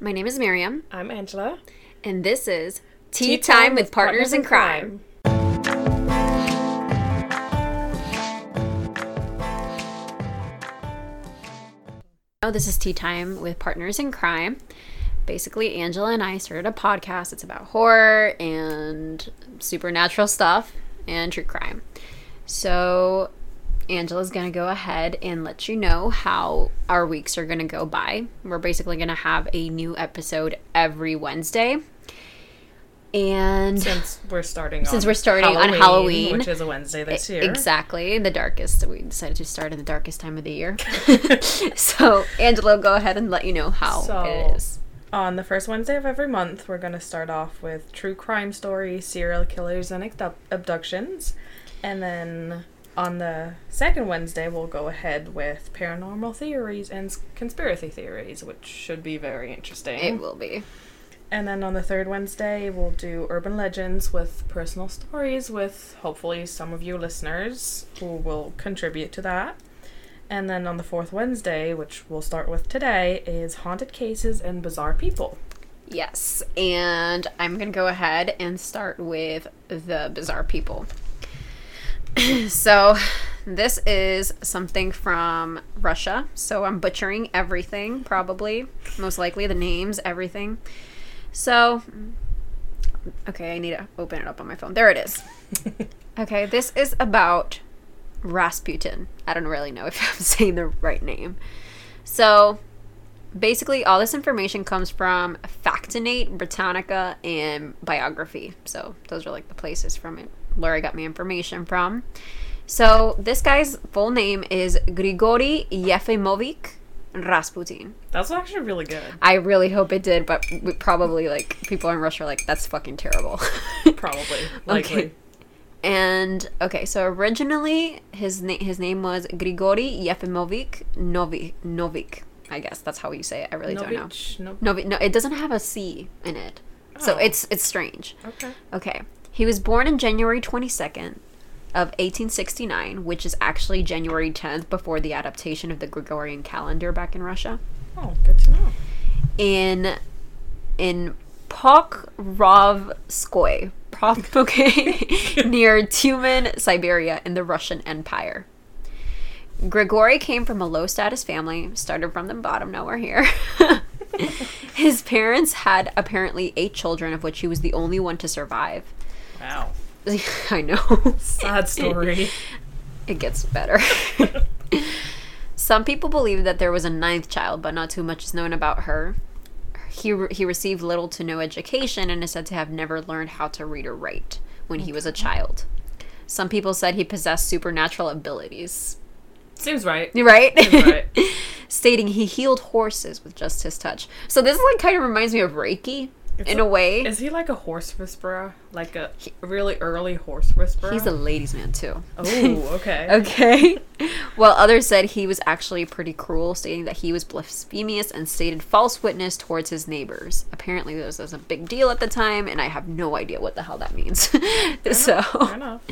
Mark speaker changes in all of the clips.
Speaker 1: My name is Miriam,
Speaker 2: I'm Angela.
Speaker 1: and this is Tea, Time, with Partners in Crime. Oh, this is Tea Time with Partners in Crime. Basically, Angela and I started a podcast. It's about horror and supernatural stuff and true crime. So, Angela's going to go ahead and let you know how our weeks are going to go by. We're basically going to have a new episode every Wednesday. And
Speaker 2: Since we're starting
Speaker 1: Since
Speaker 2: on
Speaker 1: we're starting on Halloween. E-
Speaker 2: which is a Wednesday this year.
Speaker 1: Exactly. The darkest. We decided to start in the darkest time of the year. so, Angelo, go ahead and let you know how
Speaker 2: So-
Speaker 1: it is.
Speaker 2: On the first Wednesday of every month, we're going to start off with true crime stories, serial killers, and abdu- abductions. And then on the second Wednesday, we'll go ahead with paranormal theories and s- conspiracy theories, which should be very interesting.
Speaker 1: It will be.
Speaker 2: And then on the third Wednesday, we'll do urban legends with personal stories with hopefully some of you listeners who will contribute to that. And then on the fourth Wednesday, which we'll start with today, is haunted cases and bizarre people.
Speaker 1: Yes. And I'm going to go ahead and start with the bizarre people. so, this is something from Russia. So, I'm butchering everything, probably. Most likely the names, everything. So, okay, I need to open it up on my phone. There it is. okay, this is about Rasputin. I don't really know if I'm saying the right name. So, basically all this information comes from Factinate, Britannica, and Biography. So those are like the places from it Laura got me information from. So this guy's full name is Grigori Yefimovic Rasputin.
Speaker 2: That's actually really good.
Speaker 1: I really hope it did, but we probably like people in Russia are like that's fucking terrible.
Speaker 2: Probably. Likely.
Speaker 1: And okay, so originally his na- his name was Grigori Yefimovic Novik Novik. I guess that's how you say it. I really don't know.
Speaker 2: Novich- no-
Speaker 1: No, but no, it doesn't have a C in it. So
Speaker 2: Oh.
Speaker 1: it's it's strange.
Speaker 2: Okay.
Speaker 1: Okay. He was born on January 22nd of 1869, which is actually January 10th before the adaptation of the Gregorian calendar back in Russia.
Speaker 2: Oh, good to know.
Speaker 1: In in Pokrovskoye, Pokrovskoye near Tumen, Siberia in the Russian Empire. Grigori came from a low status family, started from the bottom, now we're here. His parents had apparently eight children, of which he was the only one to survive.
Speaker 2: Wow.
Speaker 1: I know.
Speaker 2: Sad story.
Speaker 1: It gets better. Some people believe that there was a ninth child, but not too much is known about her. He, re- he received little to no education and is said to have never learned how to read or write when he was a child. Some people said he possessed supernatural abilities.
Speaker 2: Seems right.
Speaker 1: Right?
Speaker 2: Right.
Speaker 1: Stating he healed horses with just his touch. So this like kind of reminds me of Reiki in a, way.
Speaker 2: Is he like a horse whisperer? Like a really early horse whisperer?
Speaker 1: He's a ladies' man too.
Speaker 2: Oh, okay.
Speaker 1: Okay. Well, others said he was actually pretty cruel, stating that he was blasphemous and stated false witness towards his neighbors. Apparently, this was a big deal at the time, and I have no idea what the hell that means.
Speaker 2: Fair
Speaker 1: so,
Speaker 2: enough.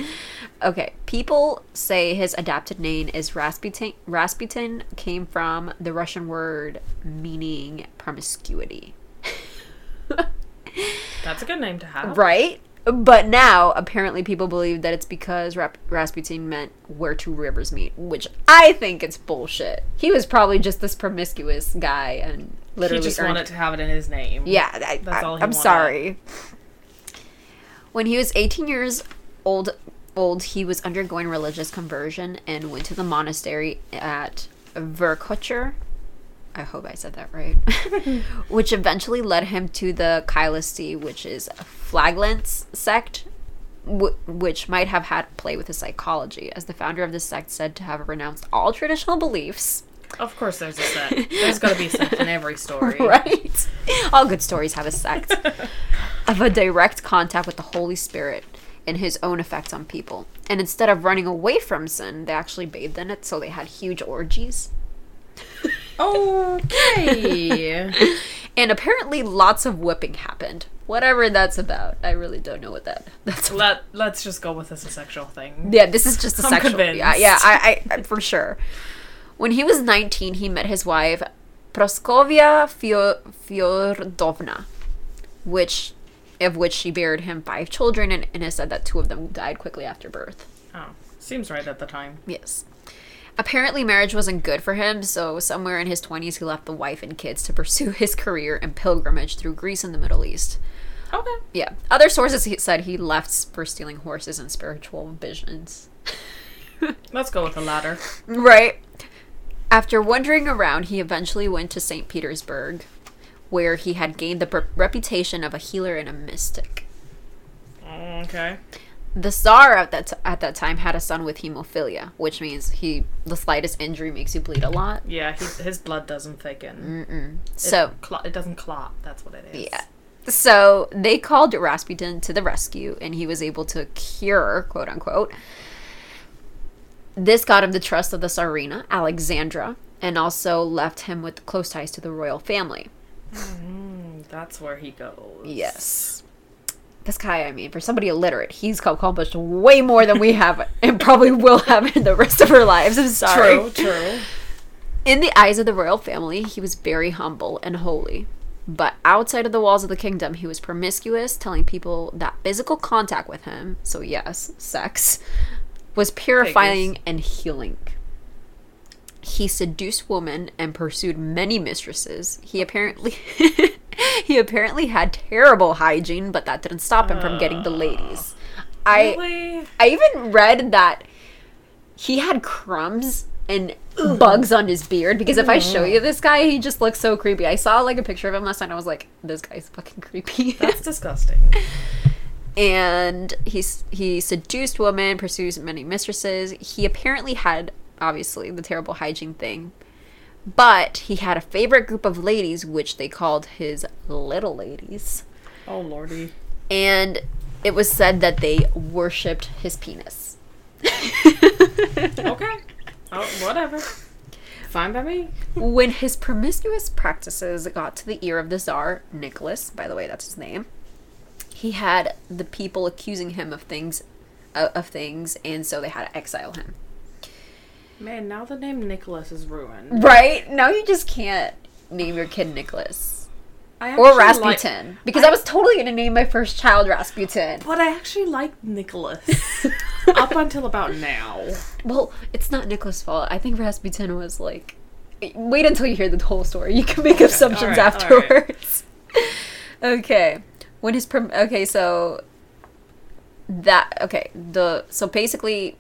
Speaker 1: okay. People say his adopted name is Rasputin. Rasputin came from the Russian word meaning promiscuity.
Speaker 2: That's a good name to have.
Speaker 1: Right? But now, apparently, people believe that it's because Rap- Rasputin meant where two rivers meet, which I think it's bullshit. He was probably just this promiscuous guy and literally
Speaker 2: he just
Speaker 1: earned-
Speaker 2: wanted to have it in his name.
Speaker 1: yeah, I,
Speaker 2: That's all he
Speaker 1: I, am
Speaker 2: wanted.
Speaker 1: sorry. When he was 18 years old, old he was undergoing religious conversion and went to the monastery at Verkocher. I hope I said that right. which eventually led him to the Khylisti, which is a flagellant sect, w- which might have had play with his psychology, as the founder of the sect said to have renounced all traditional beliefs.
Speaker 2: Of course, there's a set. There's got to be a set in every story.
Speaker 1: right? All good stories have a sect of a direct contact with the Holy Spirit and his own effects on people. And instead of running away from sin, they actually bathed in it, so they had huge orgies.
Speaker 2: Okay.
Speaker 1: And apparently lots of whipping happened. Whatever that's about. I really don't know what that that's about.
Speaker 2: Let Let's just go with this a sexual thing.
Speaker 1: Yeah, this is just a
Speaker 2: I'm
Speaker 1: sexual. Yeah,
Speaker 2: convinced.
Speaker 1: yeah, I, I, I for sure. When he was 19, he met his wife Praskovia Fyo- Fyodovna, which of which she buried him five children, and, and it said that two of them died quickly after birth.
Speaker 2: Oh, seems right at the time.
Speaker 1: Yes. Apparently, marriage wasn't good for him, so somewhere in his 20s, he left the wife and kids to pursue his career and pilgrimage through Greece and the Middle East.
Speaker 2: Okay.
Speaker 1: Yeah. Other sources he said he left for stealing horses and spiritual visions.
Speaker 2: Let's go with the latter.
Speaker 1: Right. After wandering around, he eventually went to St. Petersburg, where he had gained the per- reputation of a healer and a mystic.
Speaker 2: Okay.
Speaker 1: The Tsar at that, t- at that time had a son with hemophilia, which means he the slightest injury makes you bleed a lot.
Speaker 2: Yeah, he, his blood doesn't thicken.
Speaker 1: So,
Speaker 2: it, clot, it doesn't clot. That's what it is.
Speaker 1: Mm. Yeah. So they called Rasputin to the rescue, and he was able to cure, quote unquote. This got him the trust of the Tsarina, Alexandra, and also left him with close ties to the royal family.
Speaker 2: Mm, that's where he goes.
Speaker 1: Yes. This guy, I mean, for somebody illiterate, he's accomplished way more than we have and probably will have in the rest of our lives. I'm sorry.
Speaker 2: True. True.
Speaker 1: In the eyes of the royal family, he was very humble and holy. But outside of the walls of the kingdom, he was promiscuous, telling people that physical contact with him, so yes, sex, was purifying and healing. He seduced women and pursued many mistresses. He apparently he apparently had terrible hygiene, but that didn't stop him from getting the ladies. I
Speaker 2: really?
Speaker 1: I even read that he had crumbs and bugs on his beard because if I show you this guy, he just looks so creepy. I saw like a picture of him last night. And I was like, this guy's fucking creepy.
Speaker 2: That's disgusting.
Speaker 1: and he's he seduced women, pursues many mistresses. He apparently had obviously the terrible hygiene thing. But he had a favorite group of ladies, which they called his little ladies.
Speaker 2: Oh lordy.
Speaker 1: And it was said that they worshipped his penis.
Speaker 2: Okay. Oh, whatever. Fine by me.
Speaker 1: when his promiscuous practices got to the ear of the Tsar, Nicholas, by the way, that's his name, he had the people accusing him of things, uh, of things, and so they had to exile him.
Speaker 2: Man, now the name Nicholas is ruined.
Speaker 1: Right now, you just can't name your kid Nicholas
Speaker 2: I
Speaker 1: or
Speaker 2: actually like-
Speaker 1: Rasputin because I, was totally gonna name my first child Rasputin.
Speaker 2: but I actually liked Nicholas up until about now.
Speaker 1: Well, it's not Nicholas' fault. I think Rasputin was like, wait until you hear the whole story. You can make assumptions
Speaker 2: alright, alright.
Speaker 1: afterwards. okay, when his prom- okay, so that okay the so basically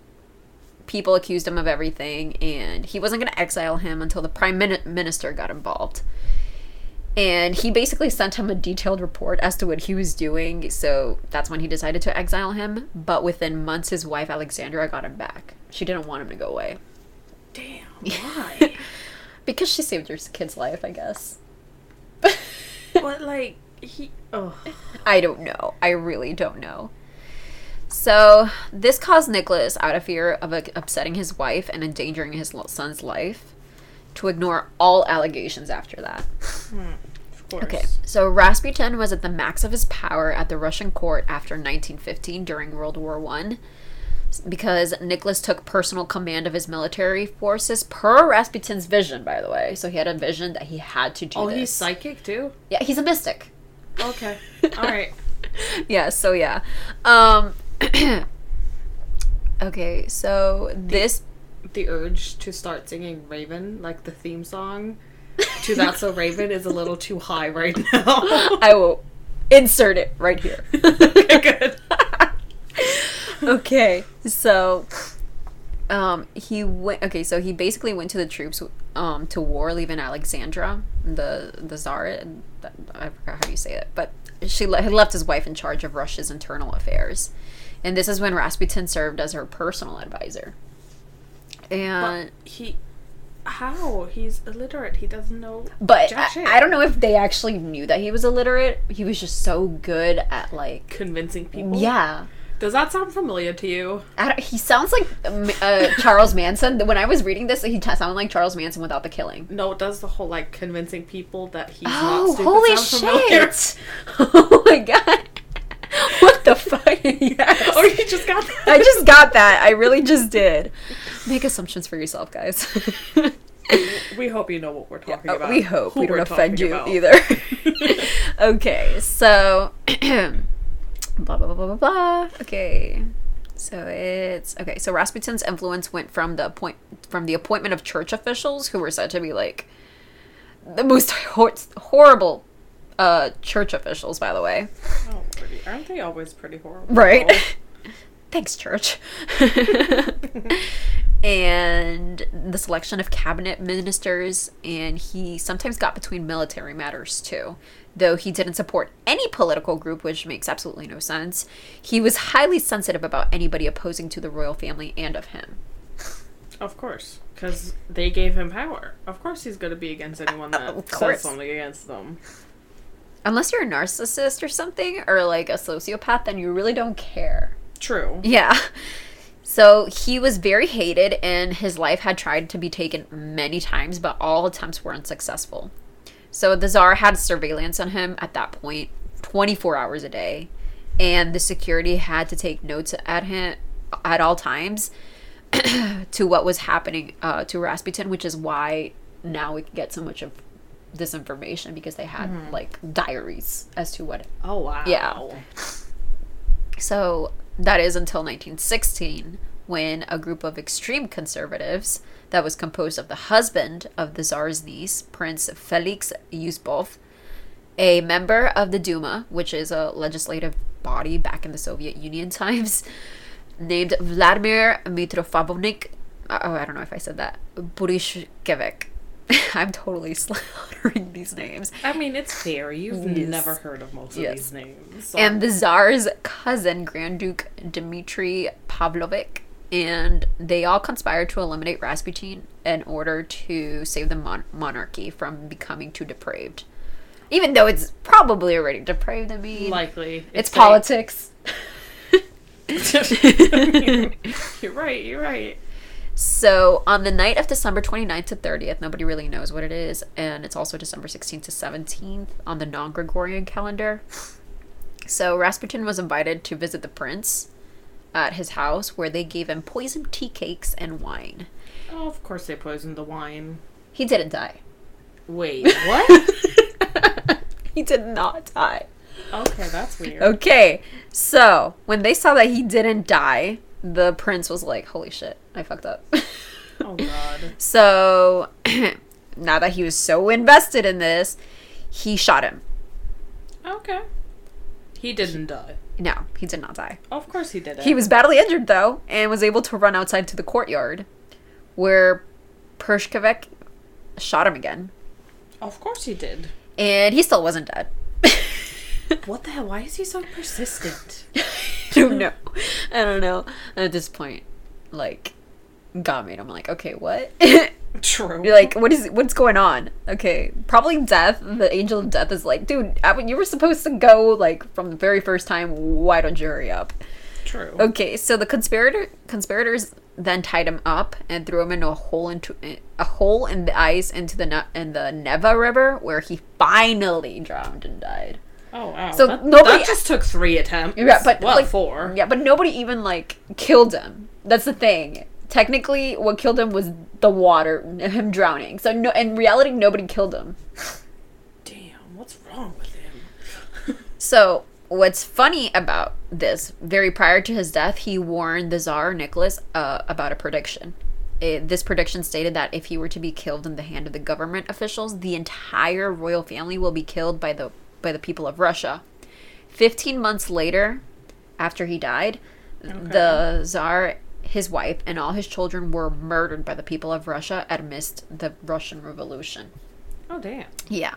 Speaker 1: people accused him of everything, and he wasn't going to exile him until the prime min- minister got involved. And he basically sent him a detailed report as to what he was doing. So that's when he decided to exile him. But within months, his wife Alexandra got him back. She didn't want him to go away
Speaker 2: Damn. Why?
Speaker 1: because she saved her kid's life, I guess.
Speaker 2: but like he. Oh.
Speaker 1: I don't know. I really don't know. So, this caused Nicholas, out of fear of like, upsetting his wife and endangering his lo- son's life, to ignore all allegations after that.
Speaker 2: Of course.
Speaker 1: Okay, so Rasputin was at the max of his power at the Russian court after 1915 during World War One, because Nicholas took personal command of his military forces per Rasputin's vision, by the way. So he had a vision that he had to do
Speaker 2: Oh,
Speaker 1: this.
Speaker 2: he's psychic too.
Speaker 1: yeah, he's a mystic.
Speaker 2: Okay. All right.
Speaker 1: yeah so yeah um okay so this
Speaker 2: The urge to start singing Raven, like the theme song to That's So Raven, is a little too high right now.
Speaker 1: i will insert it right here
Speaker 2: okay, good.
Speaker 1: okay so um he went okay so he basically went to the troops um to war leaving alexandra the the czar and that- i forgot how you say it but she le- had left his wife in charge of russia's internal affairs and this is when rasputin served as her personal advisor and
Speaker 2: But Uh, he. How? He's illiterate. He doesn't know.
Speaker 1: But
Speaker 2: Jack
Speaker 1: I,
Speaker 2: shit.
Speaker 1: I don't know if they actually knew that he was illiterate. He was just so good at like,
Speaker 2: Convincing people.
Speaker 1: yeah.
Speaker 2: Does that sound familiar to you?
Speaker 1: I don't- he sounds like um, uh, Charles Manson. When I was reading this, he t- sounded like Charles Manson without the killing.
Speaker 2: No, it does the whole like convincing people that he's
Speaker 1: Oh,
Speaker 2: not stupid.
Speaker 1: holy
Speaker 2: sound familiar?
Speaker 1: shit! Oh my god! What the fuck? yes.
Speaker 2: Oh, you just got that.
Speaker 1: I just got that. I really just did. Make assumptions for yourself, guys.
Speaker 2: we hope you know what we're talking
Speaker 1: Oh,
Speaker 2: about.
Speaker 1: we hope
Speaker 2: who
Speaker 1: we don't
Speaker 2: we're
Speaker 1: offend
Speaker 2: talking
Speaker 1: you
Speaker 2: about.
Speaker 1: either. okay, so blah blah blah blah blah blah. Okay, so it's okay. So Rasputin's influence went from the appoint from the appointment of church officials who were said to be like the most hor- horrible uh, church officials, by the way.
Speaker 2: Oh, lordy. Aren't they always pretty horrible?
Speaker 1: Right.
Speaker 2: though?
Speaker 1: Thanks, church. and the selection of cabinet ministers, and he sometimes got between military matters too. Though he didn't support any political group, which makes absolutely no sense, he was highly sensitive about anybody opposing to the royal family and of him.
Speaker 2: Of course, because they gave him power. Of course, he's going to be against anyone that
Speaker 1: of course.
Speaker 2: says something against them.
Speaker 1: Unless you're a narcissist or something, or like a sociopath, then you really don't care.
Speaker 2: True.
Speaker 1: Yeah. So he was very hated, and his life had tried to be taken many times, but all attempts were unsuccessful. So the czar had surveillance on him at that point, 24 hours a day, and the security had to take notes at him at all times to what was happening uh, to Rasputin, which is why now we can get so much of this information because they had like diaries as to what
Speaker 2: Oh wow.
Speaker 1: Yeah. so that is until 1916, when a group of extreme conservatives that was composed of the husband of the Tsar's niece, Prince Felix Yusupov, a member of the Duma, which is a legislative body back in the Soviet Union times, named Vladimir Mitrofavonik. Oh, I don't know if I said that. Burishkevich. I'm totally slaughtering these names.
Speaker 2: I mean, it's fair. You've
Speaker 1: Yes.
Speaker 2: never heard of most of
Speaker 1: Yes.
Speaker 2: these names. so-
Speaker 1: and the Tsar's cousin, Grand Duke Dmitry Pavlovich, and they all conspired to eliminate Rasputin in order to save the mon- monarchy from becoming too depraved. Even though it's probably already depraved, I mean,
Speaker 2: likely
Speaker 1: it's
Speaker 2: like-
Speaker 1: politics.
Speaker 2: I mean, you're right. You're right.
Speaker 1: So on the night of December 29th to 30th, nobody really knows what it is, and it's also December 16th to 17th on the non-Gregorian calendar. So Rasputin was invited to visit the prince at his house where they gave him poisoned tea cakes and wine.
Speaker 2: Oh, of course they poisoned the wine.
Speaker 1: He didn't die.
Speaker 2: Wait, what?
Speaker 1: He did not die.
Speaker 2: okay, that's weird.
Speaker 1: Oh. Okay. So, when they saw that he didn't die, the prince was like, "Holy shit, I fucked up."
Speaker 2: Oh god.
Speaker 1: So now that he was so invested in this, he shot him.
Speaker 2: Okay. He didn't die.
Speaker 1: No, he did not die.
Speaker 2: Of course he didn't.
Speaker 1: He was badly injured though, and was able to run outside to the courtyard, where Pershkovec shot him again,
Speaker 2: Of course he did.
Speaker 1: and he still wasn't dead.
Speaker 2: What the hell? Why is he so persistent?
Speaker 1: don't know. I don't know. At this point, like, God made him like, okay, what?
Speaker 2: True.
Speaker 1: You're like, what is what's going on? Okay, probably death. The angel of death is like, dude, I, you were supposed to go like from the very first time. Why don't you hurry up?
Speaker 2: True.
Speaker 1: Okay, so the conspirator conspirators then tied him up and threw him into a hole into a hole in the ice into the ne- in the Neva River, where he finally drowned and died.
Speaker 2: Oh wow.
Speaker 1: So
Speaker 2: that,
Speaker 1: nobody-
Speaker 2: that just took three attempts.
Speaker 1: Yeah, but
Speaker 2: well,
Speaker 1: like,
Speaker 2: four.
Speaker 1: Yeah, but nobody even like killed him. That's the thing. Technically, what killed him was the water, him drowning. So no, in reality, nobody killed him.
Speaker 2: Damn, what's wrong with him?
Speaker 1: So, what's funny about this, very prior to his death, he warned the Tsar Nicholas uh, about a prediction. It, this prediction stated that if he were to be killed in the hand of the government officials, the entire royal family will be killed by the by the people of Russia. 15 months later, after he died, the Tsar, his wife, and all his children were murdered by the people of Russia amidst the Russian Revolution.
Speaker 2: Oh damn.
Speaker 1: Yeah.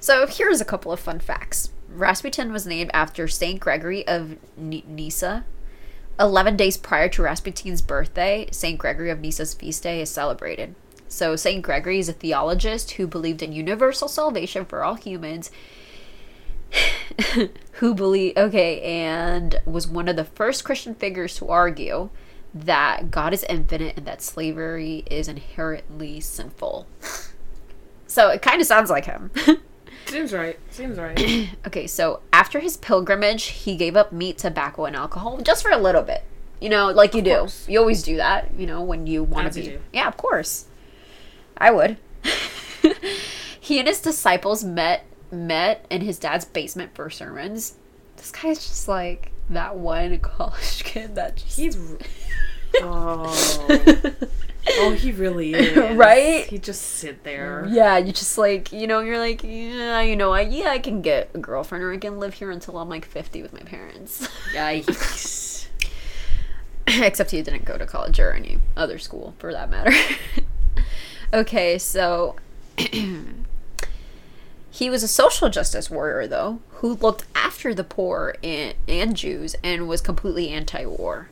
Speaker 1: So here's a couple of fun facts. Rasputin was named after Saint Gregory of Ni- Nyssa. Eleven days prior to Rasputin's birthday, Saint Gregory of Nyssa's feast day is celebrated. So Saint Gregory is a theologist who believed in universal salvation for all humans. who believe okay, and was one of the first Christian figures to argue that God is infinite and that slavery is inherently sinful. So it kind of sounds like him.
Speaker 2: Seems right. Seems right.
Speaker 1: okay, so after his pilgrimage, he gave up meat, tobacco, and alcohol just for a little bit. You know, like you do.
Speaker 2: course.
Speaker 1: You always do that, you know, when you want
Speaker 2: As
Speaker 1: to
Speaker 2: you
Speaker 1: be.
Speaker 2: do.
Speaker 1: Yeah, of course. I would. he and his disciples met met in his dad's basement for sermons. This guy's just like that one college kid that just
Speaker 2: He's. Oh. oh, he really is.
Speaker 1: Right?
Speaker 2: He just sit there.
Speaker 1: Yeah, you just like you know you're like yeah you know I yeah I can get a girlfriend or I can live here until I'm like fifty with my parents.
Speaker 2: Yikes.
Speaker 1: Except he didn't go to college or any other school for that matter. okay, so he was a social justice warrior though, who looked after the poor and, and Jews and was completely anti-war.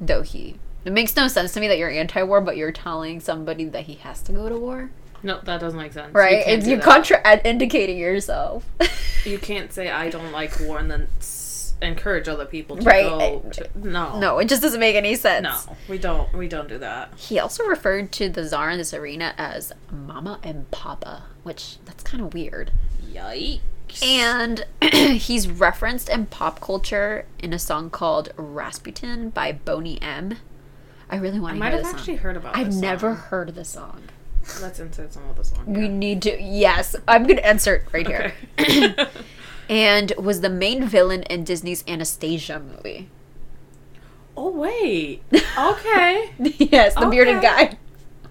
Speaker 1: Though he, it makes no sense to me that you're anti-war, but you're telling somebody that he has to go to war,
Speaker 2: No, that doesn't make sense.
Speaker 1: right?
Speaker 2: can't
Speaker 1: it's
Speaker 2: do
Speaker 1: you
Speaker 2: that.
Speaker 1: contraindicating yourself.
Speaker 2: You can't say I don't like war and then s- encourage other people to
Speaker 1: Right.
Speaker 2: go. To, no.
Speaker 1: No, it just doesn't make any sense.
Speaker 2: No, we don't. We don't do that.
Speaker 1: He also referred to the czar in this arena as Mama and Papa, which that's kind of weird.
Speaker 2: Yikes.
Speaker 1: And he's referenced in pop culture in a song called Rasputin by Boney M. I really want
Speaker 2: I
Speaker 1: to
Speaker 2: might
Speaker 1: hear
Speaker 2: have
Speaker 1: this
Speaker 2: actually
Speaker 1: song.
Speaker 2: heard about.
Speaker 1: I've
Speaker 2: this
Speaker 1: never
Speaker 2: Song.
Speaker 1: heard the song.
Speaker 2: Let's insert some of the song.
Speaker 1: We need to. Yes, I'm going to insert right here.
Speaker 2: Okay.
Speaker 1: And was the main villain in Disney's Anastasia movie.
Speaker 2: oh wait. Okay.
Speaker 1: yes, the bearded
Speaker 2: Okay.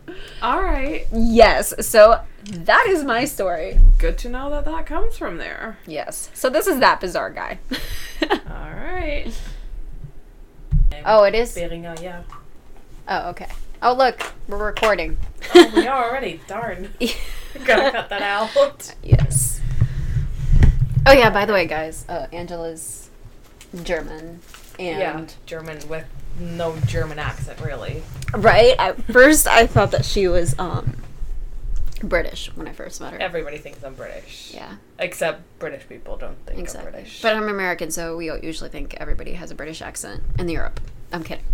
Speaker 1: guy.
Speaker 2: All right.
Speaker 1: Yes, so that is my story.
Speaker 2: Good to know that that comes from there.
Speaker 1: Yes. So this is that bizarre guy.
Speaker 2: All right.
Speaker 1: oh, it is.
Speaker 2: Beringer, yeah.
Speaker 1: Oh, okay. Oh, look, we're recording.
Speaker 2: Oh, we are already. Darn. Gotta cut that out.
Speaker 1: Yes. Oh yeah. By the way, guys, uh, Angela's German, and
Speaker 2: yeah. German with no German accent, really.
Speaker 1: right at first I thought that she was um British when I first met her.
Speaker 2: Everybody thinks I'm British.
Speaker 1: Yeah,
Speaker 2: Except British people don't think
Speaker 1: exactly.
Speaker 2: I'm British.
Speaker 1: But I'm American, so we usually think everybody has a British accent in Europe. I'm kidding.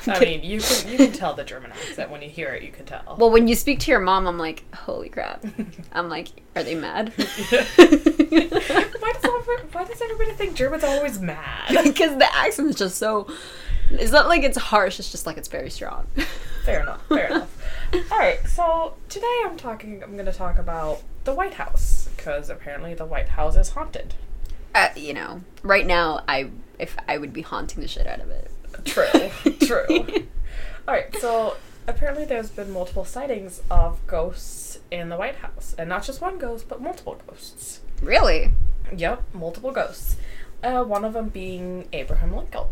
Speaker 1: I'm
Speaker 2: I
Speaker 1: kidding.
Speaker 2: mean, you can you can tell the German accent when you hear it. You can tell.
Speaker 1: well, when you speak to your mom, I'm like, holy crap. I'm like, are they mad?
Speaker 2: why does every- why does everybody think Germans are always mad?
Speaker 1: because the accent's just so it's not like it's harsh it's just like it's very strong
Speaker 2: fair enough. Fair enough. All right. So today I'm talking. I'm going to talk about the White House because apparently the White House is haunted.
Speaker 1: uh, you know right now i if i would be haunting the shit out of it
Speaker 2: True. True. All right. So apparently there's been multiple sightings of ghosts in the White House, and not just one ghost, but multiple ghosts.
Speaker 1: really
Speaker 2: Yep, multiple ghosts. Uh, one of them being Abraham Lincoln.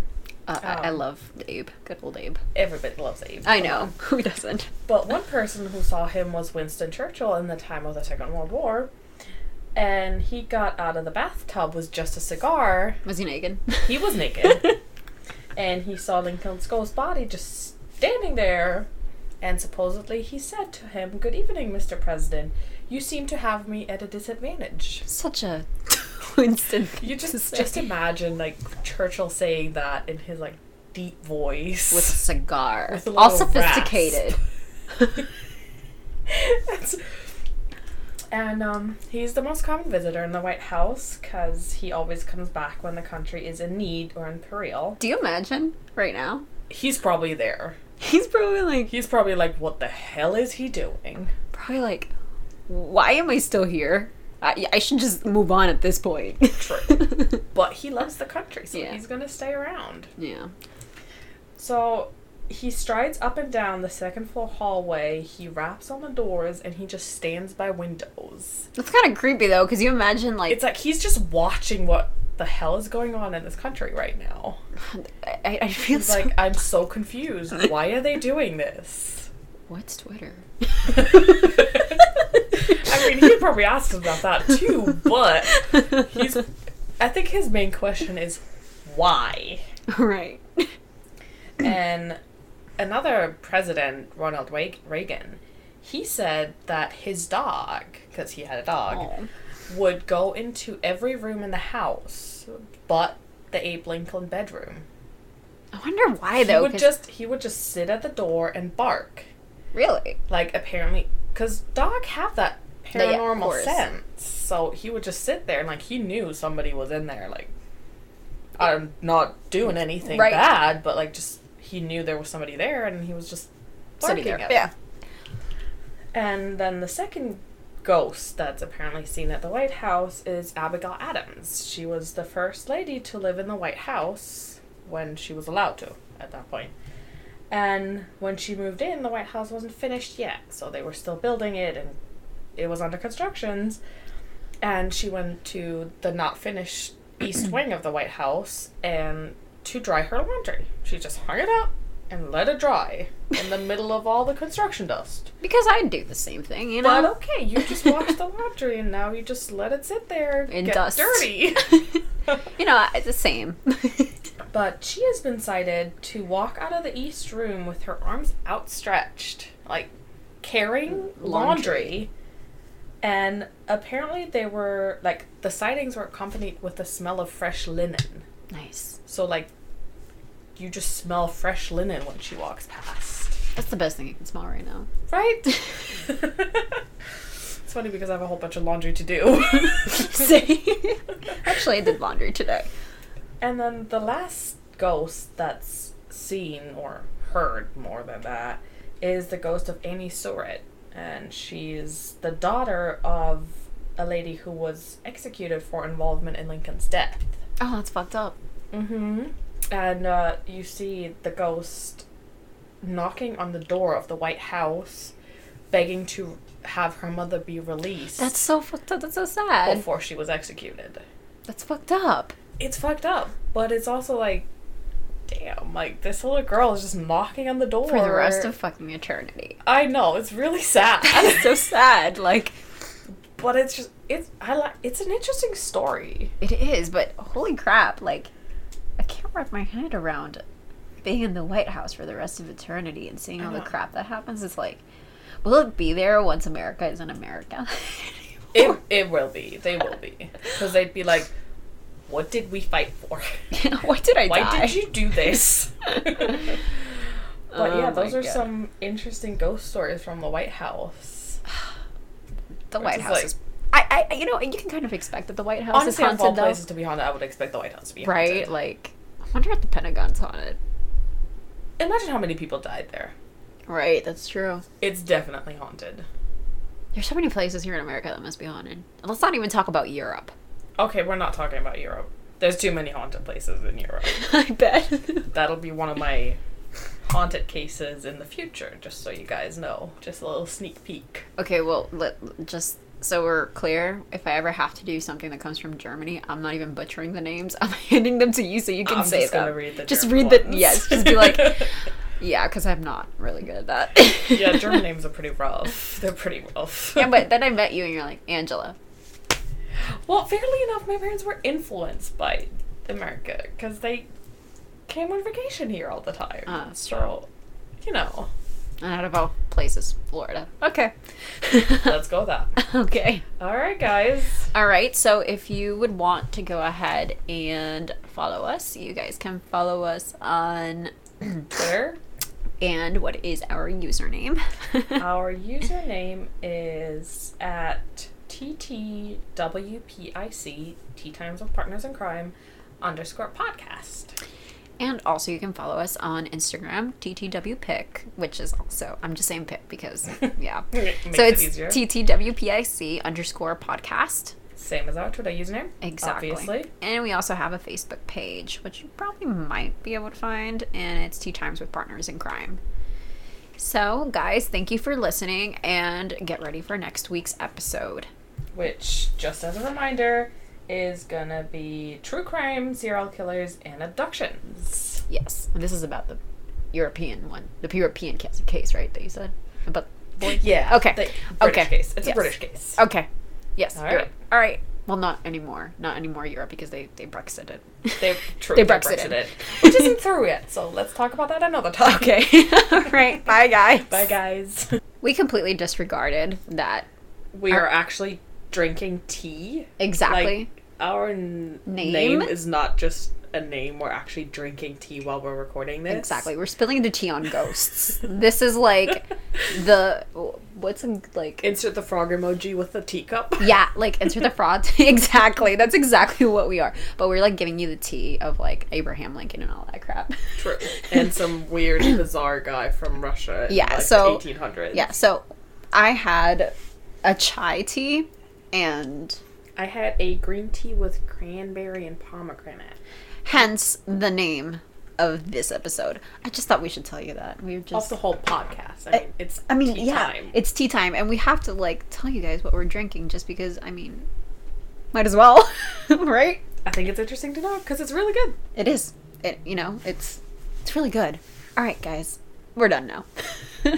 Speaker 1: uh, I, I
Speaker 2: Um.
Speaker 1: love abe good old abe
Speaker 2: Everybody loves Abe.
Speaker 1: i know who doesn't
Speaker 2: But one person who saw him was Winston Churchill in the time of the Second World War. And he got out of the bathtub with just a cigar.
Speaker 1: was he naked
Speaker 2: He was naked. and he saw Lincoln's ghost body just standing there. And supposedly he said to him, Good evening, Mr. President. You seem to have me at a disadvantage.
Speaker 1: such a winston
Speaker 2: You
Speaker 1: thing to
Speaker 2: just
Speaker 1: say.
Speaker 2: just imagine like Churchill saying that in his like deep voice.
Speaker 1: with a cigar
Speaker 2: With a
Speaker 1: all
Speaker 2: little
Speaker 1: sophisticated
Speaker 2: That's- and um, he's the most common visitor in the White House because he always comes back when the country is in need or in peril.
Speaker 1: do you imagine right now
Speaker 2: He's probably there.
Speaker 1: he's probably like
Speaker 2: He's probably like, what the hell is he doing?
Speaker 1: probably like why am i still here i, I should just move on at this point
Speaker 2: True. But he loves the country, so
Speaker 1: Yeah.
Speaker 2: he's gonna stay around.
Speaker 1: yeah
Speaker 2: So he strides up and down the second floor hallway, he raps on the doors, and he just stands by windows.
Speaker 1: That's kind of creepy though, because you imagine like
Speaker 2: it's like he's just watching what the hell is going on in this country right now.
Speaker 1: I, I feel
Speaker 2: He's
Speaker 1: so-
Speaker 2: like, I'm so confused. Why are they doing this?
Speaker 1: what's Twitter?
Speaker 2: I mean, he probably asked about that too, but he's. I think his main question is why.
Speaker 1: right.
Speaker 2: And another president, Ronald Wa- Reagan, he said that his dog, because he had a dog,
Speaker 1: Oh.
Speaker 2: would go into every room in the house but the Abe Lincoln bedroom.
Speaker 1: I wonder why
Speaker 2: he
Speaker 1: though.
Speaker 2: would
Speaker 1: 'cause-
Speaker 2: just he would just sit at the door and bark
Speaker 1: really.
Speaker 2: like apparently because dog have that
Speaker 1: Yeah, yeah, of
Speaker 2: paranormal
Speaker 1: course.
Speaker 2: sense so he would just sit there and like he knew somebody was in there like i'm not doing anything
Speaker 1: Right.
Speaker 2: bad but like just he knew there was somebody there and he was just
Speaker 1: Sitting
Speaker 2: barking
Speaker 1: there.
Speaker 2: at
Speaker 1: Yeah.
Speaker 2: And then the second ghost that's apparently seen at the White House is Abigail Adams. She was the first lady to live in the White House when she was allowed to at that point. And when she moved in, the White House wasn't finished yet, so they were still building it and it was under constructions. And she went to the not finished east wing of the White House and to dry her laundry. She just hung it up and let it dry in the middle of all the construction dust.
Speaker 1: Because I'd do the same thing, you
Speaker 2: But
Speaker 1: know.
Speaker 2: okay, you just washed the laundry and now you just let it sit there
Speaker 1: In
Speaker 2: get
Speaker 1: dust.
Speaker 2: dirty.
Speaker 1: you know, it's the same.
Speaker 2: but she has been cited to walk out of the east room with her arms outstretched, like carrying laundry.
Speaker 1: Laundry.
Speaker 2: And apparently, they were like the sightings were accompanied with the smell of fresh linen.
Speaker 1: nice.
Speaker 2: So like, you just smell fresh linen when she walks past.
Speaker 1: That's the best thing you can smell right now.
Speaker 2: Right? it's funny because I have a whole bunch of laundry to do.
Speaker 1: Same. Actually, I did laundry today.
Speaker 2: And then the last ghost that's seen or heard more than that is the ghost of Amy Surratt. And she's the daughter of a lady who was executed for involvement in Lincoln's death.
Speaker 1: Oh, that's fucked up.
Speaker 2: Mm-hmm. And uh, you see the ghost knocking on the door of the White House, begging to have her mother be released
Speaker 1: That's so fucked up. That's so sad.
Speaker 2: before she was executed.
Speaker 1: That's fucked up.
Speaker 2: it's fucked up, but it's also like, damn, like this little girl is just knocking on the door
Speaker 1: For the rest of fucking eternity.
Speaker 2: I know it's really sad,
Speaker 1: That's so sad. Like,
Speaker 2: but it's just it's I like it's an interesting story.
Speaker 1: it is, but holy crap. Like, I can't wrap my head around being in the White House for the rest of eternity and seeing all the
Speaker 2: know.
Speaker 1: crap that happens. It's like, will it be there once America is in America?
Speaker 2: It it will be, they will be, because they'd be like, what did we fight for?
Speaker 1: Why did I
Speaker 2: Why
Speaker 1: die?
Speaker 2: did you do this? but
Speaker 1: Oh
Speaker 2: yeah, those
Speaker 1: my
Speaker 2: are
Speaker 1: God.
Speaker 2: some interesting ghost stories from the White House.
Speaker 1: The
Speaker 2: Which
Speaker 1: White
Speaker 2: is
Speaker 1: House
Speaker 2: like-
Speaker 1: is. I, I, you know, you can kind of expect that the White House
Speaker 2: Honestly,
Speaker 1: is
Speaker 2: of all
Speaker 1: haunted, though,
Speaker 2: places to be haunted, I would expect the White House to be
Speaker 1: right?
Speaker 2: haunted.
Speaker 1: Like, I wonder if the Pentagon's haunted.
Speaker 2: Imagine how many people died there.
Speaker 1: Right, that's true.
Speaker 2: It's definitely haunted.
Speaker 1: There's so many places here in America that must be haunted. And let's not even talk about Europe.
Speaker 2: Okay, we're not talking about Europe. There's too many haunted places in Europe.
Speaker 1: I bet.
Speaker 2: That'll be one of my haunted cases in the future, just so you guys know. Just a little sneak peek.
Speaker 1: okay, well, let, just so we're clear, if I ever have to do something that comes from Germany, I'm not even butchering the names. I'm handing them to you so you can
Speaker 2: I'm
Speaker 1: say
Speaker 2: just
Speaker 1: them.
Speaker 2: gonna read the
Speaker 1: just
Speaker 2: German
Speaker 1: read the
Speaker 2: ones.
Speaker 1: yes. Just be like, yeah, because I'm not really good at that.
Speaker 2: yeah, German names are pretty rough. They're pretty rough.
Speaker 1: yeah, but then I met you and you're like Angela.
Speaker 2: well, fairly enough, my parents were influenced by America because they came on vacation here all the time.
Speaker 1: Ah, that's
Speaker 2: so, you know,
Speaker 1: And out of all places, Florida. Okay.
Speaker 2: let's go with that.
Speaker 1: okay.
Speaker 2: All right, guys.
Speaker 1: All right. So if you would want to go ahead and follow us, you guys can follow us on.
Speaker 2: Twitter.
Speaker 1: And what is our username?
Speaker 2: Our username is at TTWPIC, Tea Times with Partners in Crime, underscore podcast.
Speaker 1: and also, you can follow us on Instagram, TTWPic, which is also, I'm just saying pic because, yeah.
Speaker 2: Okay, makes
Speaker 1: so
Speaker 2: it
Speaker 1: it's
Speaker 2: easier.
Speaker 1: TTWPIC underscore podcast.
Speaker 2: Same as our Twitter username.
Speaker 1: Exactly.
Speaker 2: Obviously.
Speaker 1: And we also have a Facebook page, which you probably might be able to find, and it's Tea Times with Partners in Crime. So, guys, thank you for listening and get ready for next week's episode.
Speaker 2: Which, just as a reminder, is gonna be true crime, serial killers, and abductions.
Speaker 1: Yes. And this is about the European one, the European ca- case, right? That you said? About boy?
Speaker 2: Yeah.
Speaker 1: Okay.
Speaker 2: the British
Speaker 1: Okay.
Speaker 2: case. It's
Speaker 1: Yes. Oh.
Speaker 2: a British case.
Speaker 1: Okay. Yes.
Speaker 2: All
Speaker 1: All
Speaker 2: right.
Speaker 1: right. Europe. All right. Well, not anymore. Not anymore Europe because they, they Brexited.
Speaker 2: They, true,
Speaker 1: They
Speaker 2: they
Speaker 1: Brexited.
Speaker 2: Brexited. Which isn't through yet, so let's talk about that another time.
Speaker 1: okay. All right. Bye, guys.
Speaker 2: Bye, guys.
Speaker 1: We completely disregarded that.
Speaker 2: We are actually drinking tea.
Speaker 1: Exactly.
Speaker 2: Like our n- name?
Speaker 1: Name?
Speaker 2: is not just a name. We're actually drinking tea while we're recording this.
Speaker 1: Exactly. We're spilling the tea on ghosts. this is like the what's in, like
Speaker 2: Insert the frog emoji with the teacup.
Speaker 1: yeah, like enter the fraud. exactly. That's exactly what we are. But we're like giving you the tea of like Abraham Lincoln and all that crap.
Speaker 2: True. And some weird, bizarre guy from Russia. In
Speaker 1: Yeah,
Speaker 2: like,
Speaker 1: so-
Speaker 2: eighteen hundred.
Speaker 1: yeah. So I had a chai tea and
Speaker 2: I had a green tea with cranberry and pomegranate.
Speaker 1: hence the name of this episode. I just thought we should tell you that. We were just
Speaker 2: Off the whole podcast. I mean, it's
Speaker 1: I mean,
Speaker 2: tea
Speaker 1: yeah,
Speaker 2: time.
Speaker 1: it's tea time, and we have to like tell you guys what we're drinking, just because I mean, might as well, right?
Speaker 2: I think it's interesting to know because it's really good.
Speaker 1: It is. It you know, it's it's really good. All right, guys, we're done now.